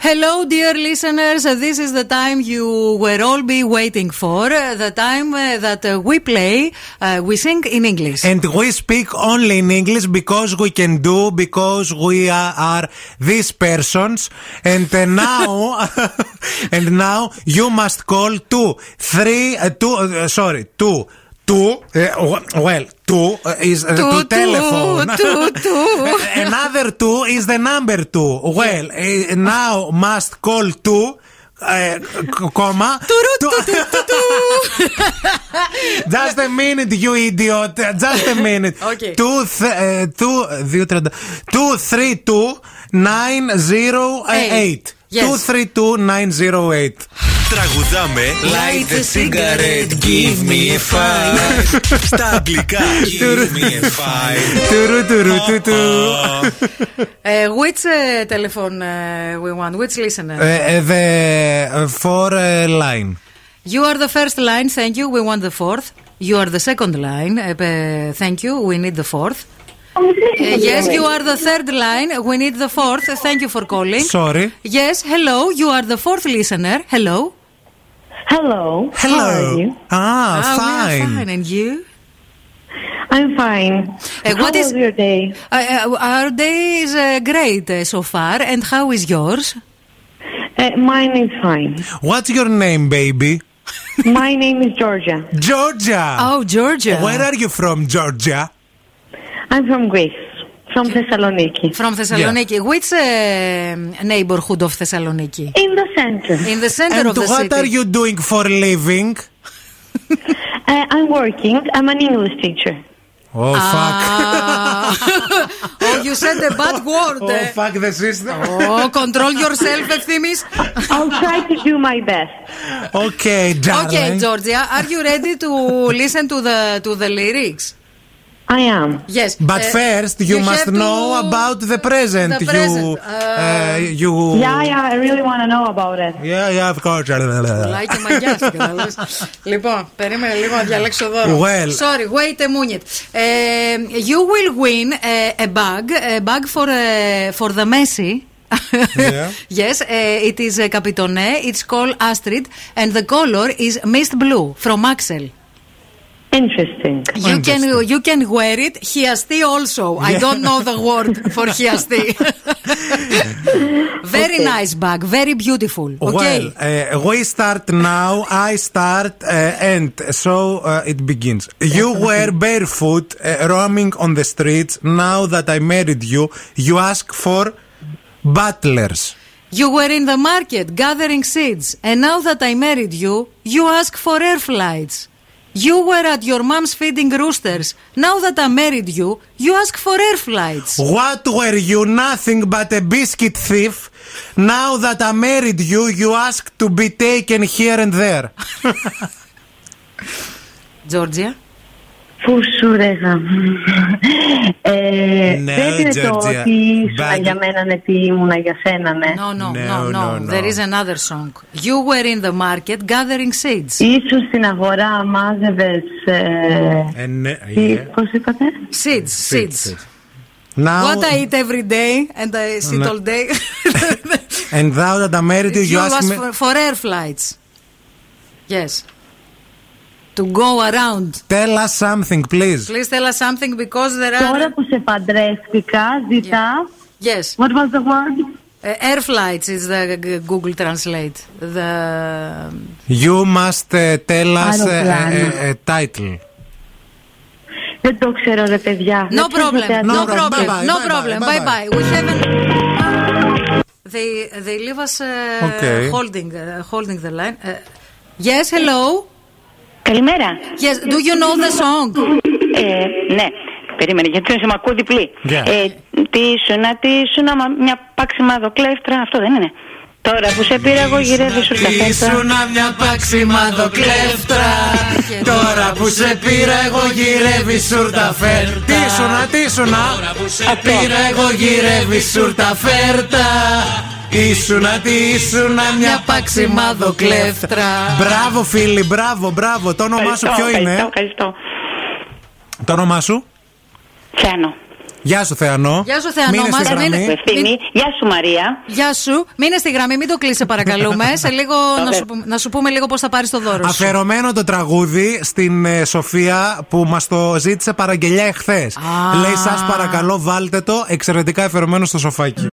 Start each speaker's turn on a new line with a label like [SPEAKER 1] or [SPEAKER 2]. [SPEAKER 1] Hello, dear listeners. This is the time you will all be waiting for. uh, The time that uh, we play, uh, we sing in English.
[SPEAKER 2] And we speak only in English because we can do, because we are, these persons. And uh, now, and now you must call two, three, uh, two, sorry, two, two, uh, well, two is uh,
[SPEAKER 1] two,
[SPEAKER 2] the telephone.
[SPEAKER 1] Two, two.
[SPEAKER 2] Another two is the number two. Well, uh, now must call two. Uh, comma. Just a minute, you idiot. Just a minute.
[SPEAKER 1] Okay.
[SPEAKER 2] Two, th- uh, two, δύο, τριάντα. Two, three, two, nine, zero, uh, eight.
[SPEAKER 1] Yes.
[SPEAKER 2] Two, three, two, nine, zero, eight.
[SPEAKER 3] Τραγουδάμε Light the cigarette, give me a five Στα αγγλικά Give me a five
[SPEAKER 2] Τουρου, τουρου, του, του.
[SPEAKER 1] Uh, which uh, telephone uh, we want? Which listener?
[SPEAKER 2] Uh, uh, The uh, four uh, line.
[SPEAKER 1] You are the first line, thank you. We want the fourth. You are the second line, uh, uh, thank you. We need the fourth. Uh, yes, you are the third line. We need the fourth. Thank you for calling.
[SPEAKER 2] Sorry.
[SPEAKER 1] Yes, hello. You are the fourth listener. Hello.
[SPEAKER 4] Hello.
[SPEAKER 2] Hello.
[SPEAKER 4] How are you?
[SPEAKER 2] Ah,
[SPEAKER 1] Ah, we are
[SPEAKER 2] fine.
[SPEAKER 1] fine. And you?
[SPEAKER 4] I'm fine.
[SPEAKER 1] Uh,
[SPEAKER 4] How
[SPEAKER 1] what is-
[SPEAKER 4] was your day?
[SPEAKER 1] Uh, uh, our day is uh, great uh, so far. And how is yours?
[SPEAKER 4] Uh, mine is fine.
[SPEAKER 2] What's your name, baby?
[SPEAKER 4] My name is Georgia.
[SPEAKER 2] Georgia.
[SPEAKER 1] Oh, Georgia.
[SPEAKER 2] Where are you from, Georgia?
[SPEAKER 4] I'm from Greece, from Thessaloniki.
[SPEAKER 1] From Thessaloniki. Which uh, neighborhood of Thessaloniki?
[SPEAKER 4] In the center.
[SPEAKER 1] In the center
[SPEAKER 2] and
[SPEAKER 1] of the
[SPEAKER 2] what
[SPEAKER 1] city.
[SPEAKER 2] are you doing for living?
[SPEAKER 4] Uh, I'm working. I'm an English teacher.
[SPEAKER 2] Oh,
[SPEAKER 1] Ah. oh, you said a bad word. eh.
[SPEAKER 2] fuck. Oh, fuck the system.
[SPEAKER 1] Oh, control yourself, eh, Ευθύμης.
[SPEAKER 4] I'll try to do my best.
[SPEAKER 2] Okay, darling.
[SPEAKER 1] Okay, Georgia, are you ready to listen to the to the lyrics?
[SPEAKER 4] I am.
[SPEAKER 1] Yes.
[SPEAKER 2] But
[SPEAKER 1] Uh,
[SPEAKER 2] first, you, must
[SPEAKER 1] have to-
[SPEAKER 2] know about the present.
[SPEAKER 1] The present.
[SPEAKER 2] You, uh, you.
[SPEAKER 4] Yeah, yeah, I really want to know about it.
[SPEAKER 2] yeah, yeah, of course.
[SPEAKER 1] Πουλάει και μαγιάς, κατάλαβες. λοιπόν, περίμενε λίγο να διαλέξω δώρο.
[SPEAKER 2] Well.
[SPEAKER 1] Sorry, wait a minute. Ε, you will win ε, a bag, a bag for, ε, for the Messi.
[SPEAKER 2] Yeah.
[SPEAKER 1] yes, ε, it is a Capitone, it's called Astrid, and the color is mist blue from Axel.
[SPEAKER 4] Interesting.
[SPEAKER 1] You can, you can wear it hiasti also. I don't know the word for hiasti. very nice bag, very beautiful. Okay.
[SPEAKER 2] Well, uh, we start now. I start uh, and so uh, it begins. You were barefoot, uh, roaming on the streets. Now that I married you, you ask for butlers.
[SPEAKER 1] You were in the market gathering seeds, and now that I married you, you ask for air flights. You were at your mom's feeding roosters. Now that I married you, you ask for air flights.
[SPEAKER 2] What were you? Nothing but a biscuit thief. Now that I married you, you ask to be taken here and there.
[SPEAKER 1] Georgia.
[SPEAKER 4] Πού σου ρε γαμ. Uh, ε,
[SPEAKER 2] Ναι,
[SPEAKER 4] Δεν είναι το
[SPEAKER 2] Georgia.
[SPEAKER 4] ότι ήσουν
[SPEAKER 2] Bye.
[SPEAKER 4] για μένα, ναι, τι ήμουνα για σένα, ναι.
[SPEAKER 1] No, no,
[SPEAKER 2] No,
[SPEAKER 1] no, no,
[SPEAKER 2] no, no.
[SPEAKER 1] There is another song. You were in the market gathering
[SPEAKER 2] Mm.
[SPEAKER 1] seeds.
[SPEAKER 4] Ίσως στην αγορά μάζευες... Ε,
[SPEAKER 2] And, uh,
[SPEAKER 4] τι,
[SPEAKER 2] yeah.
[SPEAKER 4] πώς είπατε?
[SPEAKER 1] Seeds, seeds.
[SPEAKER 2] Now,
[SPEAKER 1] What I eat every day and I sit all day.
[SPEAKER 2] and now that I married you, you,
[SPEAKER 1] you
[SPEAKER 2] ask
[SPEAKER 1] ask
[SPEAKER 2] me.
[SPEAKER 1] for, for air flights. Yes. To go around.
[SPEAKER 2] Tell us something, please.
[SPEAKER 1] Please tell us something because there
[SPEAKER 4] Τώρα
[SPEAKER 1] are.
[SPEAKER 4] που σε παντρεύτηκα, ζητά...
[SPEAKER 1] Yes.
[SPEAKER 4] What was the word?
[SPEAKER 1] Uh, air flights is the g- Google Translate. The.
[SPEAKER 2] You must uh, tell us uh,
[SPEAKER 4] Αεροπλάνο.
[SPEAKER 2] a, a, a title.
[SPEAKER 4] Δεν το ξέρω ρε παιδιά.
[SPEAKER 1] No
[SPEAKER 4] Δεν ξέρω
[SPEAKER 1] problem.
[SPEAKER 4] τι
[SPEAKER 1] No
[SPEAKER 4] άλλο.
[SPEAKER 2] Bye-bye,
[SPEAKER 1] problem. No
[SPEAKER 2] bye-bye,
[SPEAKER 1] problem. Bye
[SPEAKER 2] bye-bye.
[SPEAKER 1] bye. We haven't. They they leave us uh,
[SPEAKER 2] Okay.
[SPEAKER 1] holding uh, holding the line. Uh, yes. Hello.
[SPEAKER 5] Καλημέρα.
[SPEAKER 1] Yes. Do you know the song?
[SPEAKER 5] Ε, ναι, περίμενε γιατί σε μ' ακούω διπλή.
[SPEAKER 2] Yeah.
[SPEAKER 5] Ε, τι σούνα, τι σούνα, μα μια πάξιμα δοκλέφτρα, αυτό δεν είναι. Τώρα που σε πήρα εγώ γυρεύει σου τα χέρια.
[SPEAKER 2] μια παξιμαδοκλέφτρα Τώρα που σε πήρα εγώ γυρεύει σουρτα φέρτα Τι ήσουνα, τι ήσουνα
[SPEAKER 1] Ε,
[SPEAKER 2] Σε πήρα εγώ γυρεύει σουρτα φέρτα Ήσουνα, τι ήσουνα μια παξιμαδοκλέφτρα Μπράβο φίλοι, μπράβο, μπράβο Το όνομά σου ποιο
[SPEAKER 5] Ευχαριστώ,
[SPEAKER 2] είναι
[SPEAKER 5] ευχαριστώ.
[SPEAKER 2] Το όνομά σου
[SPEAKER 5] Τσάνο.
[SPEAKER 2] Γεια σου, Θεανό.
[SPEAKER 1] Γεια σου, Θεανό
[SPEAKER 2] Μείνε
[SPEAKER 1] μας.
[SPEAKER 2] στη γραμμή.
[SPEAKER 4] Ε.
[SPEAKER 1] Μείνε-
[SPEAKER 5] Ευθύνη. Γεια σου Μαρία.
[SPEAKER 1] Γεια σου. Μείνε στη γραμμή, μην το κλείσει, παρακαλούμε. Σε λίγο να, σου, πούμε- να σου πούμε λίγο πώ θα πάρει το δώρο σου.
[SPEAKER 2] Αφιερωμένο το τραγούδι στην ε, Σοφία που μα το ζήτησε παραγγελιά εχθέ.
[SPEAKER 1] Α.
[SPEAKER 2] Λέει, σα παρακαλώ, βάλτε το εξαιρετικά αφιερωμένο στο σοφάκι.